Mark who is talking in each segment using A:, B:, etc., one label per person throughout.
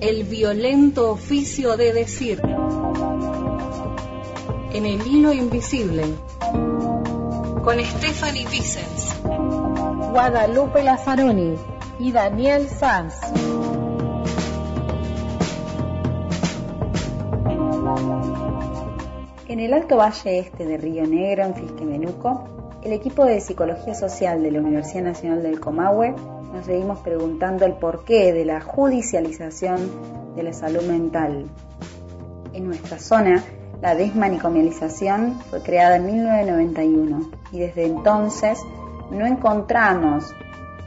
A: el violento oficio de decir. En el hilo invisible. Con Stephanie Vicens. Guadalupe Lazzaroni y Daniel Sanz.
B: En el Alto Valle Este de Río Negro, en Fisquemenuco, el equipo de Psicología Social de la Universidad Nacional del Comahue nos seguimos preguntando el porqué de la judicialización de la salud mental. En nuestra zona, la desmanicomialización fue creada en 1991 y desde entonces no encontramos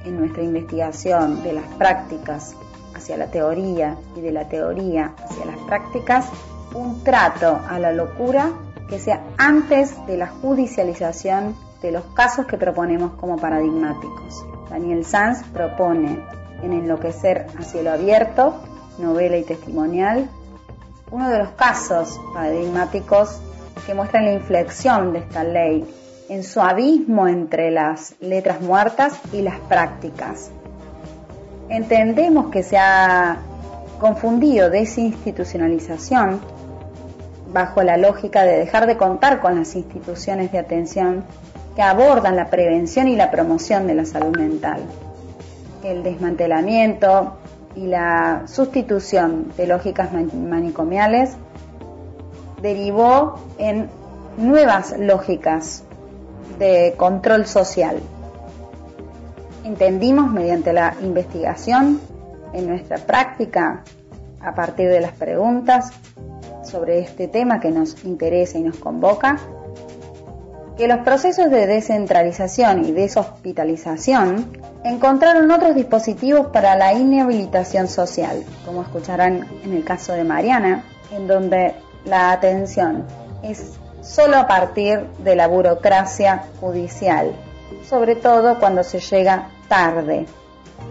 B: en nuestra investigación de las prácticas hacia la teoría y de la teoría hacia las prácticas un trato a la locura que sea antes de la judicialización de los casos que proponemos como paradigmáticos. Daniel Sanz propone en Enloquecer a cielo abierto, novela y testimonial, uno de los casos paradigmáticos que muestran la inflexión de esta ley en su abismo entre las letras muertas y las prácticas. Entendemos que se ha confundido desinstitucionalización bajo la lógica de dejar de contar con las instituciones de atención que abordan la prevención y la promoción de la salud mental. El desmantelamiento y la sustitución de lógicas manicomiales derivó en nuevas lógicas de control social. Entendimos mediante la investigación en nuestra práctica a partir de las preguntas sobre este tema que nos interesa y nos convoca, que los procesos de descentralización y deshospitalización encontraron otros dispositivos para la inhabilitación social, como escucharán en el caso de Mariana, en donde la atención es solo a partir de la burocracia judicial, sobre todo cuando se llega tarde.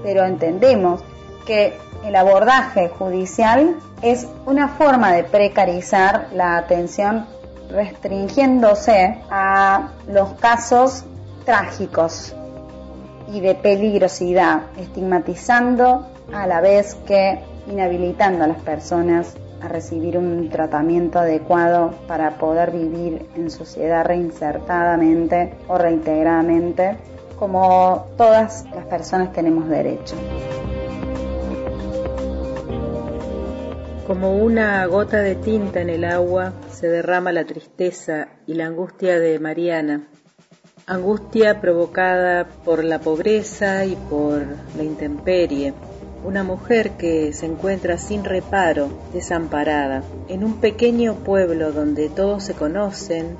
B: Pero entendemos que el abordaje judicial es una forma de precarizar la atención restringiéndose a los casos trágicos y de peligrosidad, estigmatizando a la vez que inhabilitando a las personas a recibir un tratamiento adecuado para poder vivir en sociedad reinsertadamente o reintegradamente, como todas las personas tenemos derecho.
C: Como una gota de tinta en el agua se derrama la tristeza y la angustia de Mariana, angustia provocada por la pobreza y por la intemperie, una mujer que se encuentra sin reparo, desamparada, en un pequeño pueblo donde todos se conocen,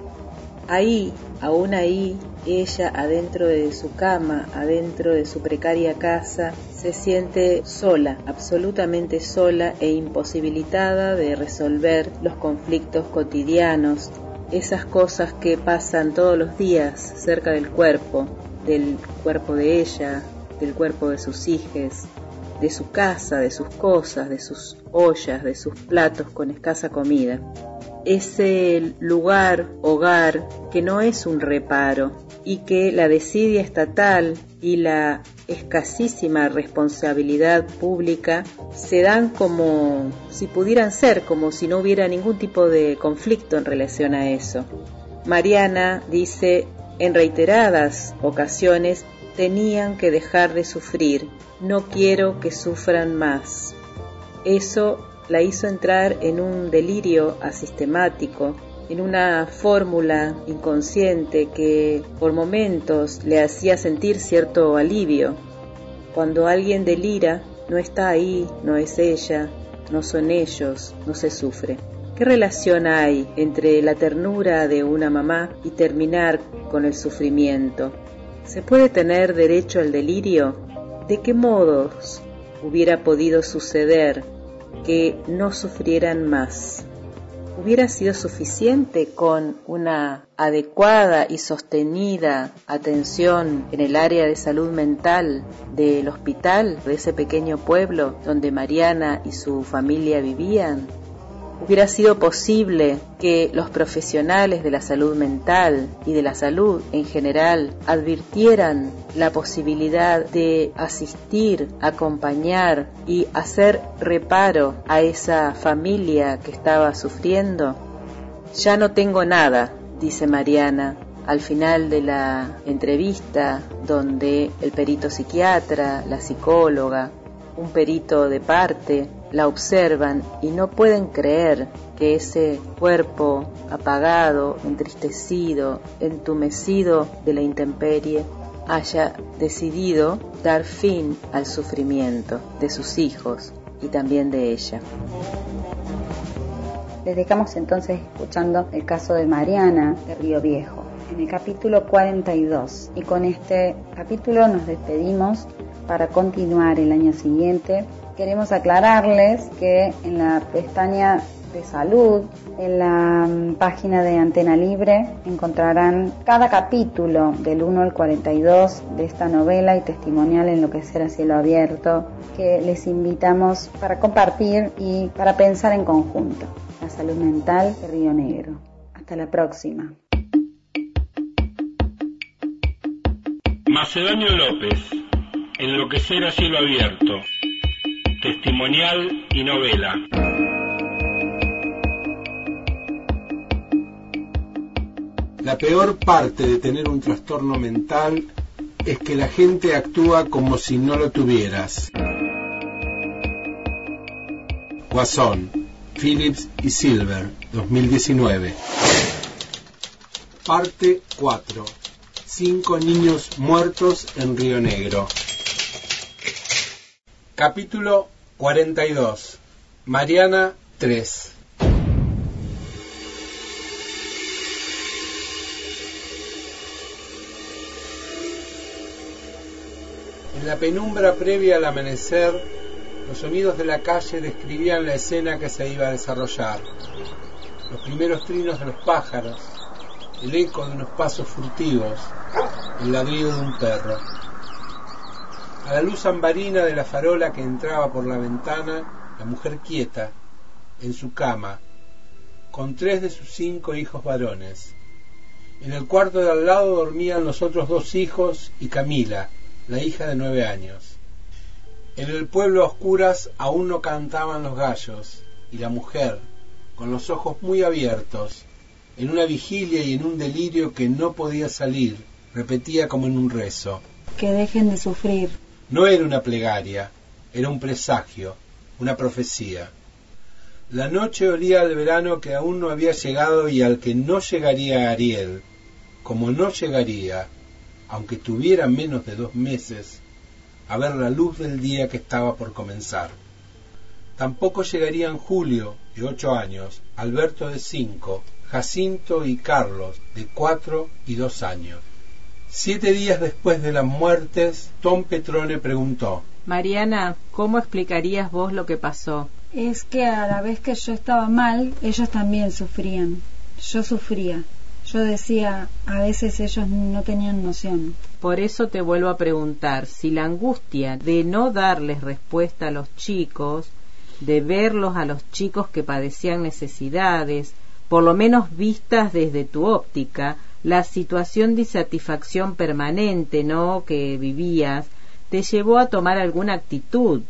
C: ahí, aún ahí, ella adentro de su cama, adentro de su precaria casa, se siente sola, absolutamente sola e imposibilitada de resolver los conflictos cotidianos, esas cosas que pasan todos los días cerca del cuerpo, del cuerpo de ella, del cuerpo de sus hijos, de su casa, de sus cosas, de sus ollas, de sus platos con escasa comida. Ese lugar, hogar, que no es un reparo y que la desidia estatal y la escasísima responsabilidad pública se dan como si pudieran ser, como si no hubiera ningún tipo de conflicto en relación a eso. Mariana dice, en reiteradas ocasiones tenían que dejar de sufrir, no quiero que sufran más. Eso la hizo entrar en un delirio asistemático, en una fórmula inconsciente que por momentos le hacía sentir cierto alivio. Cuando alguien delira, no está ahí, no es ella, no son ellos, no se sufre. ¿Qué relación hay entre la ternura de una mamá y terminar con el sufrimiento? ¿Se puede tener derecho al delirio? ¿De qué modos hubiera podido suceder que no sufrieran más? ¿Hubiera sido suficiente con una adecuada y sostenida atención en el área de salud mental del hospital de ese pequeño pueblo donde Mariana y su familia vivían? hubiera sido posible que los profesionales de la salud mental y de la salud en general advirtieran la posibilidad de asistir, acompañar y hacer reparo a esa familia que estaba sufriendo? Ya no tengo nada, dice Mariana, al final de la entrevista donde el perito psiquiatra, la psicóloga, un perito de parte, la observan y no pueden creer que ese cuerpo apagado, entristecido, entumecido de la intemperie haya decidido dar fin al sufrimiento de sus hijos y también de ella.
B: Les dejamos entonces escuchando el caso de Mariana de Río Viejo en el capítulo 42 y con este capítulo nos despedimos para continuar el año siguiente. Queremos aclararles que en la pestaña de salud, en la mm, página de Antena Libre, encontrarán cada capítulo del 1 al 42 de esta novela y testimonial en lo que será cielo abierto, que les invitamos para compartir y para pensar en conjunto. La salud mental de Río Negro. Hasta la próxima.
D: Macedonio López, Enloquecer a cielo abierto, testimonial y novela.
E: La peor parte de tener un trastorno mental es que la gente actúa como si no lo tuvieras. Guasón, Phillips y Silver, 2019. Parte 4. Cinco niños muertos en Río Negro. Capítulo 42. Mariana 3. la penumbra previa al amanecer, los sonidos de la calle describían la escena que se iba a desarrollar. Los primeros trinos de los pájaros, el eco de unos pasos furtivos, el ladrido de un perro. A la luz ambarina de la farola que entraba por la ventana, la mujer quieta, en su cama, con tres de sus cinco hijos varones. En el cuarto de al lado dormían los otros dos hijos y Camila, la hija de nueve años. En el pueblo a oscuras aún no cantaban los gallos, y la mujer, con los ojos muy abiertos, en una vigilia y en un delirio que no podía salir, repetía como en un rezo.
B: Que dejen de sufrir.
E: No era una plegaria, era un presagio, una profecía. La noche olía al verano que aún no había llegado y al que no llegaría Ariel, como no llegaría, aunque tuviera menos de dos meses, a ver la luz del día que estaba por comenzar. Tampoco llegarían Julio, de ocho años, Alberto de cinco, Jacinto y Carlos, de cuatro y dos años. Siete días después de las muertes, Tom Petrone preguntó
C: Mariana, ¿cómo explicarías vos lo que pasó?
F: Es que a la vez que yo estaba mal, ellos también sufrían. Yo sufría. Yo decía, a veces ellos no tenían noción.
C: Por eso te vuelvo a preguntar si la angustia de no darles respuesta a los chicos, de verlos a los chicos que padecían necesidades, por lo menos vistas desde tu óptica, la situación de satisfacción permanente, ¿no? que vivías, te llevó a tomar alguna actitud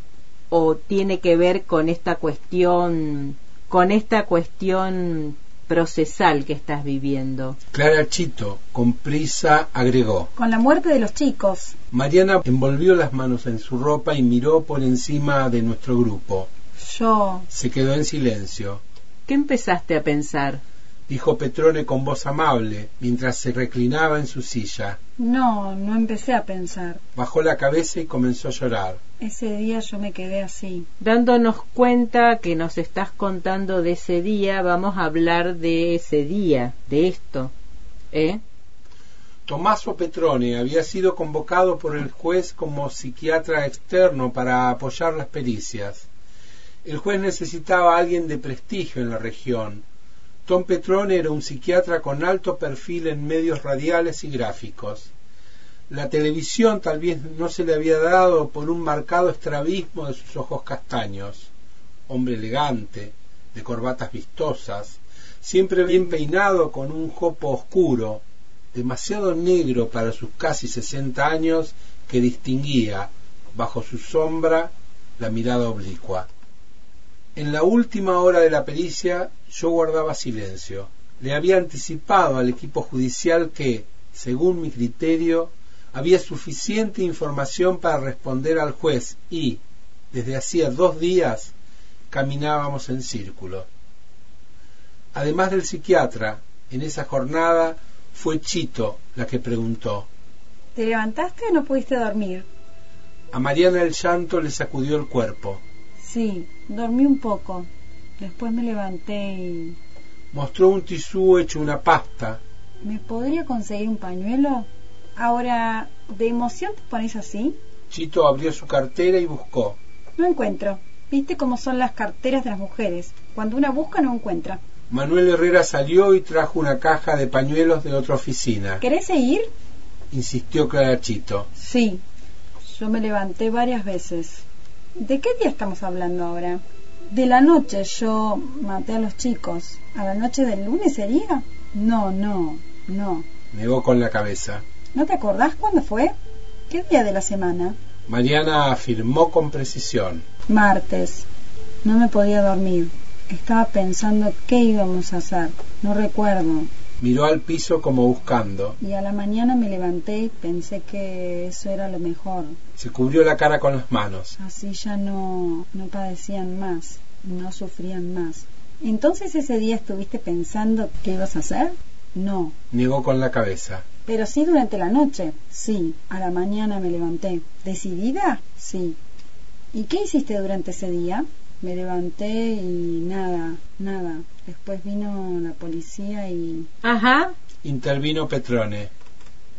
C: o tiene que ver con esta cuestión con esta cuestión procesal que estás viviendo.
E: Clara Chito, con prisa, agregó.
F: Con la muerte de los chicos.
E: Mariana envolvió las manos en su ropa y miró por encima de nuestro grupo.
F: Yo.
E: Se quedó en silencio.
C: ¿Qué empezaste a pensar?
E: Dijo Petrone con voz amable, mientras se reclinaba en su silla.
F: No, no empecé a pensar.
E: Bajó la cabeza y comenzó a llorar.
F: Ese día yo me quedé así.
C: Dándonos cuenta que nos estás contando de ese día, vamos a hablar de ese día, de esto. ¿Eh?
E: Tomaso Petrone había sido convocado por el juez como psiquiatra externo para apoyar las pericias. El juez necesitaba a alguien de prestigio en la región. Tom Petrone era un psiquiatra con alto perfil en medios radiales y gráficos. La televisión tal vez no se le había dado por un marcado estrabismo de sus ojos castaños. Hombre elegante, de corbatas vistosas, siempre bien peinado con un jopo oscuro, demasiado negro para sus casi sesenta años, que distinguía, bajo su sombra, la mirada oblicua. En la última hora de la pericia yo guardaba silencio. Le había anticipado al equipo judicial que, según mi criterio, había suficiente información para responder al juez y, desde hacía dos días, caminábamos en círculo. Además del psiquiatra, en esa jornada fue Chito la que preguntó.
F: ¿Te levantaste o no pudiste dormir?
E: A Mariana el llanto le sacudió el cuerpo.
F: Sí, dormí un poco. Después me levanté y...
E: Mostró un tisú hecho una pasta.
F: ¿Me podría conseguir un pañuelo? Ahora, ¿de emoción te pones así?
E: Chito abrió su cartera y buscó.
F: No encuentro. ¿Viste cómo son las carteras de las mujeres? Cuando una busca no encuentra.
E: Manuel Herrera salió y trajo una caja de pañuelos de otra oficina.
F: ¿Querés seguir?
E: Insistió Clara Chito.
F: Sí. Yo me levanté varias veces. ¿De qué día estamos hablando ahora? De la noche yo maté a los chicos. ¿A la noche del lunes sería? No, no, no.
E: Negó con la cabeza.
F: ¿No te acordás cuándo fue? ¿Qué día de la semana?
E: Mariana afirmó con precisión.
F: Martes. No me podía dormir. Estaba pensando qué íbamos a hacer. No recuerdo.
E: Miró al piso como buscando.
F: Y a la mañana me levanté y pensé que eso era lo mejor.
E: Se cubrió la cara con las manos.
F: Así ya no, no padecían más, no sufrían más. Entonces ese día estuviste pensando qué ibas a hacer? No.
E: Negó con la cabeza.
F: Pero sí durante la noche. Sí, a la mañana me levanté. ¿Decidida? Sí. ¿Y qué hiciste durante ese día? Me levanté y nada, nada. Después vino la policía y...
C: Ajá,
E: Intervino Petrone.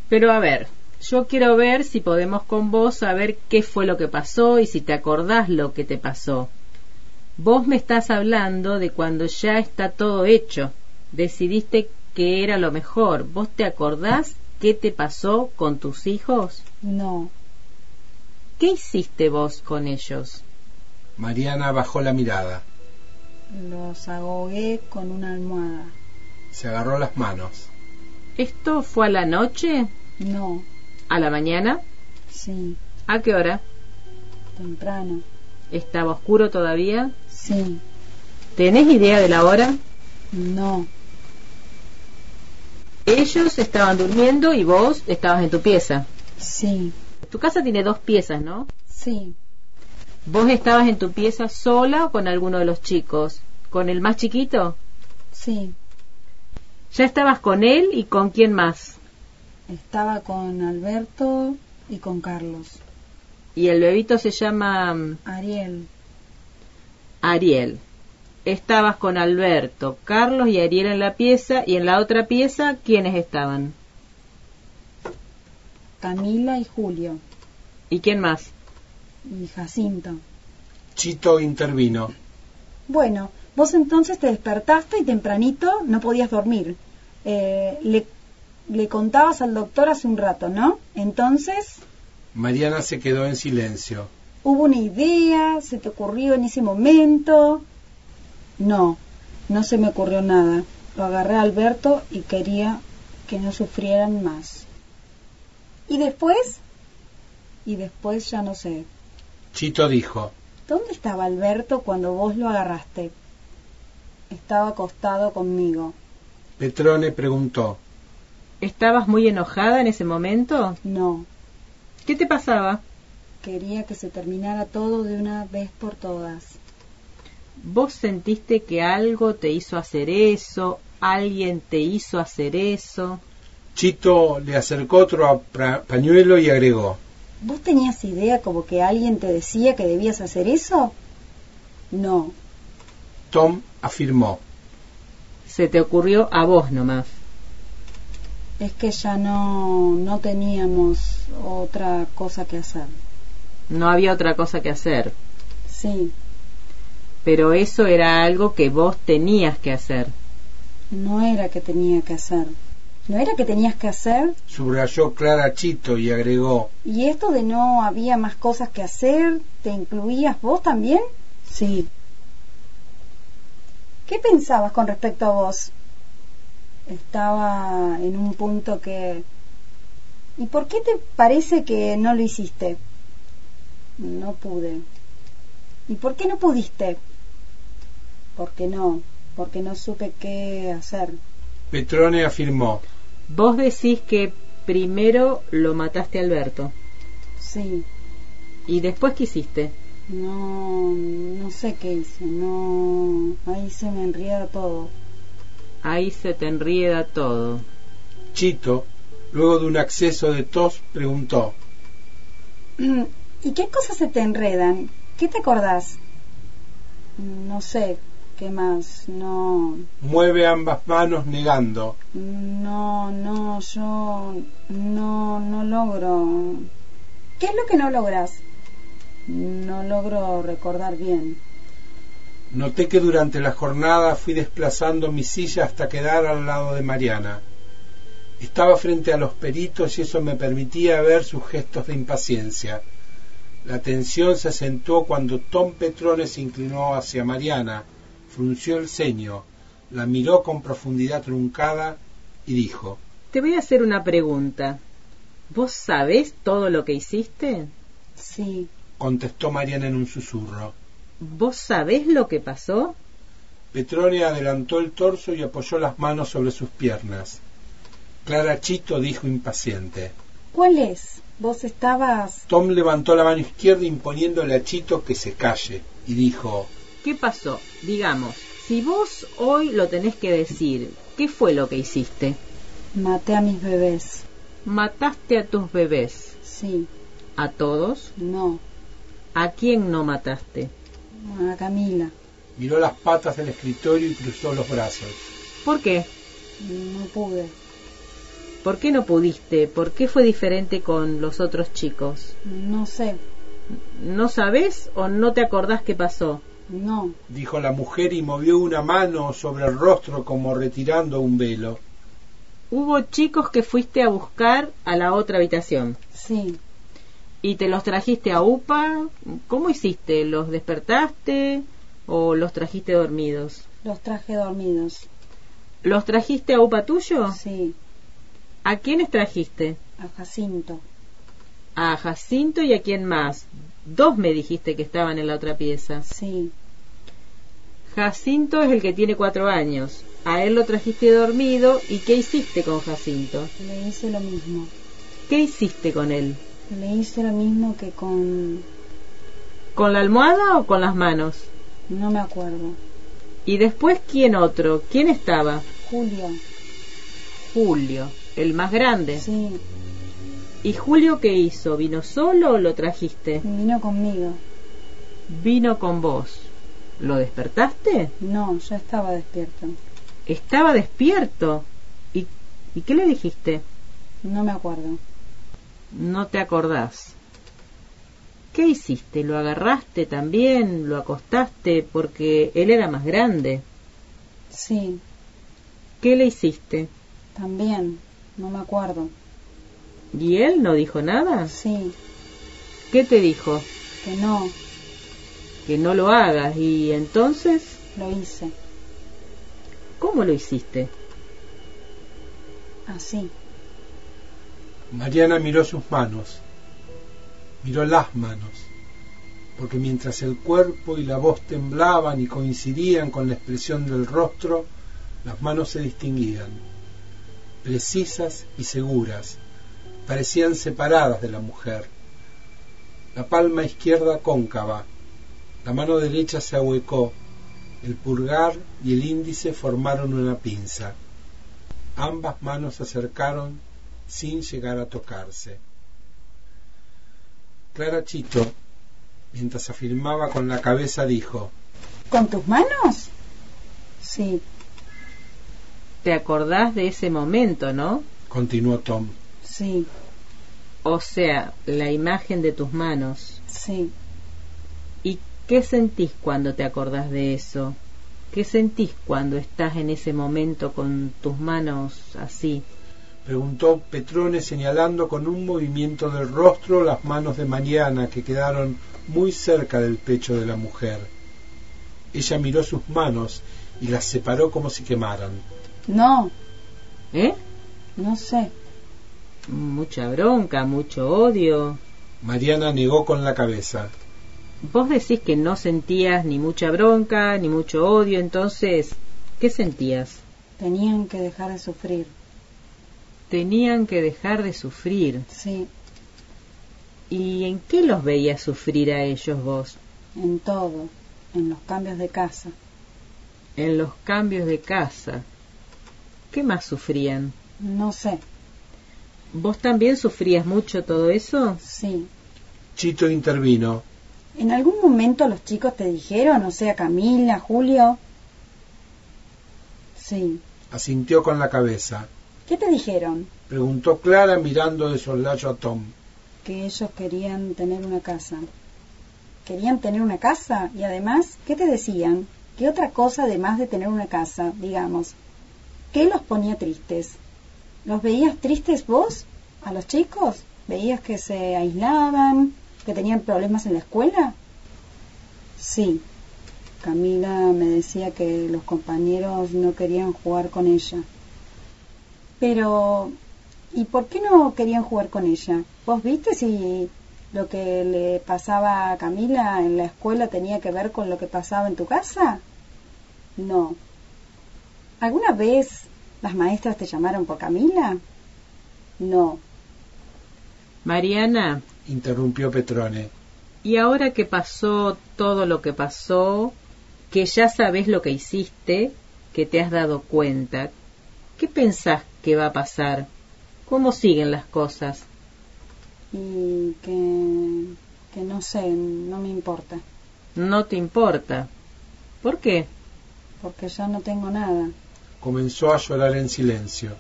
C: pero a ver, yo quiero ver si podemos con vos saber qué fue lo que pasó y si te acordás lo que te pasó. Vos me estás hablando de cuando ya está todo hecho. Decidiste que era lo mejor. ¿Vos te acordás qué te pasó con tus hijos?
F: No,
C: ¿Qué hiciste vos con ellos?
E: Mariana bajó la mirada.
F: los ahogué con una almohada.
E: Se agarró las manos.
C: ¿Esto fue a la noche?
F: No,
C: ¿A la mañana?
F: sí,
C: ¿A qué hora?
F: temprano.
C: ¿Estaba oscuro todavía?
F: Sí,
C: ¿Tenés idea de la hora?
F: no,
C: Ellos estaban durmiendo y vos estabas en tu pieza.
F: sí,
C: Tu casa tiene dos piezas, ¿no?
F: sí,
C: Vos estabas en tu pieza sola o con alguno de los chicos. ¿Con el más chiquito?
F: sí.
C: Ya estabas con él y con quién más.
F: Estaba con Alberto y con Carlos.
C: Y el bebito se llama mm,
F: Ariel,
C: Ariel. Estabas con Alberto, Carlos y Ariel en la pieza y en la otra pieza, ¿quiénes estaban?
F: Camila y Julio
C: ¿Y quién más?
F: y Jacinto.
E: Chito intervino.
F: Bueno, vos entonces te despertaste y tempranito no podías dormir. Eh, le, le contabas al doctor hace un rato, ¿no? Entonces,
E: Mariana se quedó en silencio.
F: ¿hubo una idea? ¿Se te ocurrió en ese momento? No, no se me ocurrió nada. Lo agarré a Alberto y quería que no sufrieran más. ¿Y después? Y después ya no sé.
E: Chito dijo.
F: ¿Dónde estaba Alberto cuando vos lo agarraste? Estaba acostado conmigo.
E: Petrone preguntó.
C: ¿Estabas muy enojada en ese momento?
F: No,
C: ¿Qué te pasaba?
F: quería que se terminara todo de una vez por todas.
C: ¿Vos sentiste que algo te hizo hacer eso? ¿Alguien te hizo hacer eso?
E: Chito le acercó otro pra- pañuelo y agregó.
F: ¿Vos tenías idea como que alguien te decía que debías hacer eso? No,
E: Tom afirmó.
C: Se te ocurrió a vos nomás.
F: es que ya no, no teníamos otra cosa que hacer.
C: No había otra cosa que hacer.
F: Sí,
C: Pero eso era algo que vos tenías que hacer.
F: no era que tenía que hacer. ¿No era que tenías que hacer?
E: Subrayó Clara Chito y agregó.
F: ¿Y esto de no había más cosas que hacer? ¿Te incluías vos también? Sí. ¿Qué pensabas con respecto a vos? Estaba en un punto que... ¿Y por qué te parece que no lo hiciste? No pude. ¿Y por qué no pudiste? Porque no, porque no supe qué hacer.
E: Petrone afirmó.
C: Vos decís que primero lo mataste a Alberto.
F: Sí,
C: ¿Y después qué hiciste?
F: no, no sé qué hice, no... Ahí se me enrieda todo.
C: Ahí se te enrieda todo.
E: Chito, luego de un acceso de tos, preguntó.
F: ¿Y qué cosas se te enredan? ¿Qué te acordás? No sé, ¿qué más? No,
E: Mueve ambas manos negando.
F: no, no, yo no, no logro. ¿Qué es lo que no logras? No logro recordar bien.
E: Noté que durante la jornada fui desplazando mi silla hasta quedar al lado de Mariana. Estaba frente a los peritos y eso me permitía ver sus gestos de impaciencia. La tensión se acentuó cuando Tom Petrone se inclinó hacia Mariana, frunció el ceño, la miró con profundidad truncada y dijo
C: Te voy a hacer una pregunta. ¿Vos sabés todo lo que hiciste?
F: Sí,
E: contestó Mariana en un susurro.
C: ¿Vos sabés lo que pasó?
E: Petrone adelantó el torso y apoyó las manos sobre sus piernas. Clara Chito dijo impaciente.
F: ¿cuál es? Vos estabas...
E: Tom levantó la mano izquierda imponiéndole a Chito que se calle y dijo
C: ¿Qué pasó? Digamos, si vos hoy lo tenés que decir, ¿qué fue lo que hiciste?
F: Maté a mis bebés.
C: Mataste a tus bebés.
F: Sí,
C: ¿A todos?
F: no,
C: ¿A quién no mataste?
F: a Camila.
E: Miró las patas del escritorio y cruzó los brazos.
C: ¿Por qué?
F: No pude,
C: ¿Por qué no pudiste? ¿Por qué fue diferente con los otros chicos?
F: no sé,
C: ¿No sabés o no te acordás qué pasó?
F: no,
E: Dijo la mujer y movió una mano sobre el rostro como retirando un velo.
C: Hubo chicos que fuiste a buscar a la otra habitación
F: sí,
C: y te los trajiste a UPA. ¿Cómo hiciste? ¿Los despertaste o los trajiste dormidos?
F: los traje dormidos.
C: ¿Los trajiste a UPA tuyo?
F: Sí,
C: ¿A quiénes trajiste?
F: a Jacinto.
C: A Jacinto y a quién más. Dos me dijiste que estaban en la otra pieza.
F: Sí,
C: Jacinto es el que tiene cuatro años. A él lo trajiste dormido y ¿qué hiciste con Jacinto?
F: le hice lo mismo.
C: ¿Qué hiciste con él?
F: Le hice lo mismo que con...
C: ¿Con la almohada o con las manos?
F: No me acuerdo.
C: Y después, ¿quién otro? ¿Quién estaba?
F: Julio.
C: Julio, el más grande.
F: Sí,
C: ¿Y Julio qué hizo? ¿Vino solo o lo trajiste?
F: vino conmigo.
C: Vino con vos. ¿Lo despertaste?
F: No, ya estaba despierto.
C: Estaba despierto. ¿Y, y qué le dijiste?
F: No me acuerdo.
C: No te acordás. ¿Qué hiciste? ¿Lo agarraste también? ¿Lo acostaste? Porque él era más grande.
F: Sí,
C: ¿Qué le hiciste?
F: también. No me acuerdo.
C: ¿Y él no dijo nada?
F: Sí,
C: ¿Qué te dijo?
F: que no,
C: Que no lo hagas. ¿Y entonces?
F: lo hice.
C: ¿Cómo lo hiciste?
F: Así.
E: Mariana miró sus manos, miró las manos, porque mientras el cuerpo y la voz temblaban y coincidían con la expresión del rostro, las manos se distinguían, precisas y seguras, parecían separadas de la mujer. La palma izquierda cóncava, la mano derecha se ahuecó, el pulgar y el índice formaron una pinza. Ambas manos se acercaron sin llegar a tocarse. Clara Chito, mientras afirmaba con la cabeza, dijo,
F: ¿Con tus manos? Sí,
C: Te acordás de ese momento, ¿no?
E: continuó Tom,
F: sí,
C: O sea, la imagen de tus manos.
F: sí.
C: ¿Y qué sentís cuando te acordás de eso? ¿Qué sentís cuando estás en ese momento con tus manos así?
E: preguntó Petrone señalando con un movimiento del rostro las manos de Mariana que quedaron muy cerca del pecho de la mujer. Ella miró sus manos y las separó como si quemaran.
F: No,
C: ¿Eh?
F: no sé.
C: Mucha bronca, mucho odio.
E: Mariana negó con la cabeza.
C: Vos decís que no sentías ni mucha bronca, ni mucho odio, entonces, ¿qué sentías?
F: Tenían que dejar de sufrir.
C: Tenían que dejar de sufrir.
F: Sí,
C: ¿Y en qué los veías sufrir a ellos vos?
F: en todo. En los cambios de casa.
C: En los cambios de casa. ¿Qué más sufrían?
F: No sé.
C: ¿Vos también sufrías mucho todo eso?
F: Sí.
E: Chito intervino.
F: ¿En algún momento los chicos te dijeron, o sea, Camila, Julio? Sí.
E: Asintió con la cabeza.
F: ¿Qué te dijeron?
E: Preguntó Clara mirando de soslayo a Tom.
F: Que ellos querían tener una casa. Querían tener una casa y además, ¿qué te decían? ¿Qué otra cosa además de tener una casa, digamos? ¿Qué los ponía tristes? ¿Los veías tristes vos? ¿A los chicos? ¿Veías que se aislaban? ¿Que tenían problemas en la escuela? Sí. Camila me decía que los compañeros no querían jugar con ella. Pero, ¿y por qué no querían jugar con ella? ¿Vos viste si lo que le pasaba a Camila en la escuela tenía que ver con lo que pasaba en tu casa? No. ¿Alguna vez las maestras te llamaron por Camila? No.
C: Mariana,
E: Interrumpió Petrone.
C: Y ahora que pasó todo lo que pasó, que ya sabes lo que hiciste, que te has dado cuenta, ¿qué pensás que va a pasar? ¿Cómo siguen las cosas?
F: Y que, que no sé, no me importa,
C: No te importa. ¿Por qué?
F: porque ya no tengo nada.
E: Comenzó a llorar en silencio.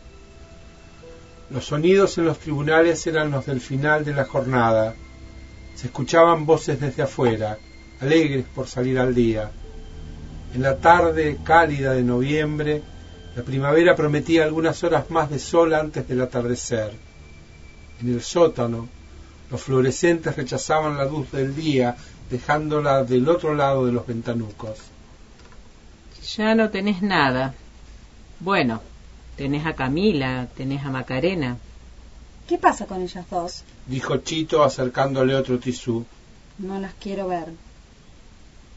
E: Los sonidos en los tribunales eran los del final de la jornada. Se escuchaban voces desde afuera, alegres por salir al día. En la tarde cálida de noviembre, la primavera prometía algunas horas más de sol antes del atardecer. En el sótano, los fluorescentes rechazaban la luz del día, dejándola del otro lado de los ventanucos.
C: Ya no tenés nada. Bueno, tenés a Camila, tenés a Macarena.
F: ¿Qué pasa con ellas dos?
E: dijo Chito acercándole otro tisú.
F: No las quiero ver.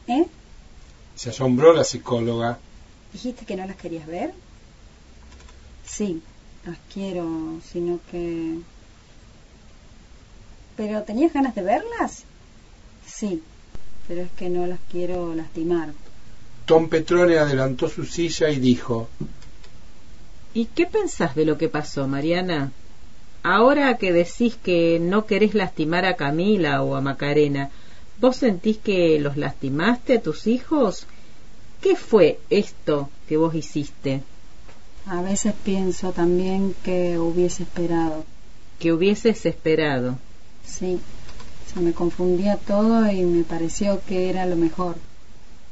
F: ¿Eh?
E: Se asombró la psicóloga.
F: ¿Dijiste que no las querías ver? Sí, las quiero, sino que... ¿Pero tenías ganas de verlas? Sí, pero es que no las quiero lastimar.
E: Tom Petrone adelantó su silla y dijo,
C: ¿Y qué pensás de lo que pasó, Mariana? Ahora que decís que no querés lastimar a Camila o a Macarena, ¿vos sentís que los lastimaste a tus hijos? ¿Qué fue esto que vos hiciste?
F: A veces pienso también que hubiese esperado.
C: Que hubieses esperado.
F: Sí, se me confundía todo y me pareció que era lo mejor.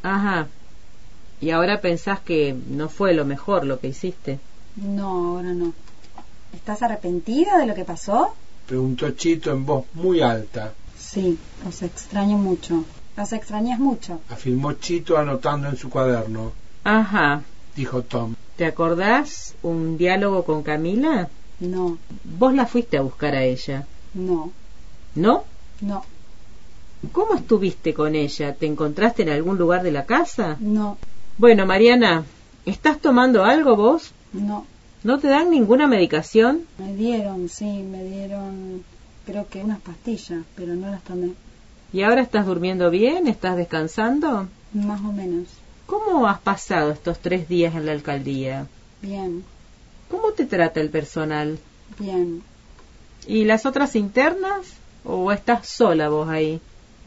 C: Ajá. Y ahora pensás que no fue lo mejor lo que hiciste.
F: No, ahora no. ¿Estás arrepentida de lo que pasó?
E: preguntó Chito en voz muy alta.
F: Sí, los extraño mucho. Las extrañas mucho.
E: Afirmó Chito anotando en su cuaderno.
C: Ajá.
E: Dijo Tom.
C: ¿Te acordás un diálogo con Camila?
F: No,
C: Vos la fuiste a buscar a ella,
F: no,
C: ¿no?
F: no,
C: ¿Cómo estuviste con ella? ¿Te encontraste en algún lugar de la casa?
F: no,
C: Bueno, Mariana, ¿estás tomando algo vos?
F: no.
C: ¿No te dan ninguna medicación?
F: Me dieron, sí, me dieron creo que unas pastillas, pero no las tomé.
C: ¿Y ahora estás durmiendo bien? ¿Estás descansando?
F: Más o menos.
C: ¿Cómo has pasado estos tres días en la alcaldía?
F: Bien,
C: ¿Cómo te trata el personal?
F: bien.
C: ¿Y las otras internas? ¿O estás sola vos ahí?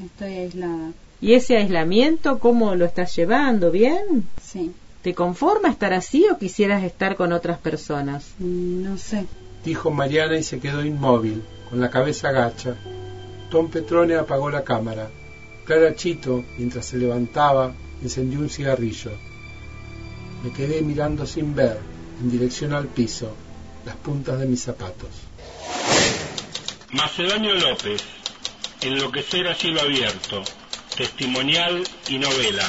F: Estoy aislada.
C: ¿Y ese aislamiento cómo lo estás llevando? ¿Bien?
F: Sí,
C: ¿Te conforma estar así o quisieras estar con otras personas?
F: mm, no sé.
E: Dijo Mariana y se quedó inmóvil, con la cabeza gacha. Tom Petrone apagó la cámara. Clara Chito, mientras se levantaba, encendió un cigarrillo. Me quedé mirando sin ver, en dirección al piso, las puntas de mis zapatos.
D: Macedonio López, Enloquecer a cielo abierto, testimonial y novela.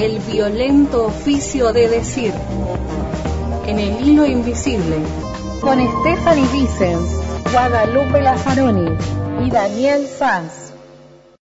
F: el violento oficio de decir. En el hilo invisible. Con Stephanie Vicens, Guadalupe Lazaroni y Daniel Sanz.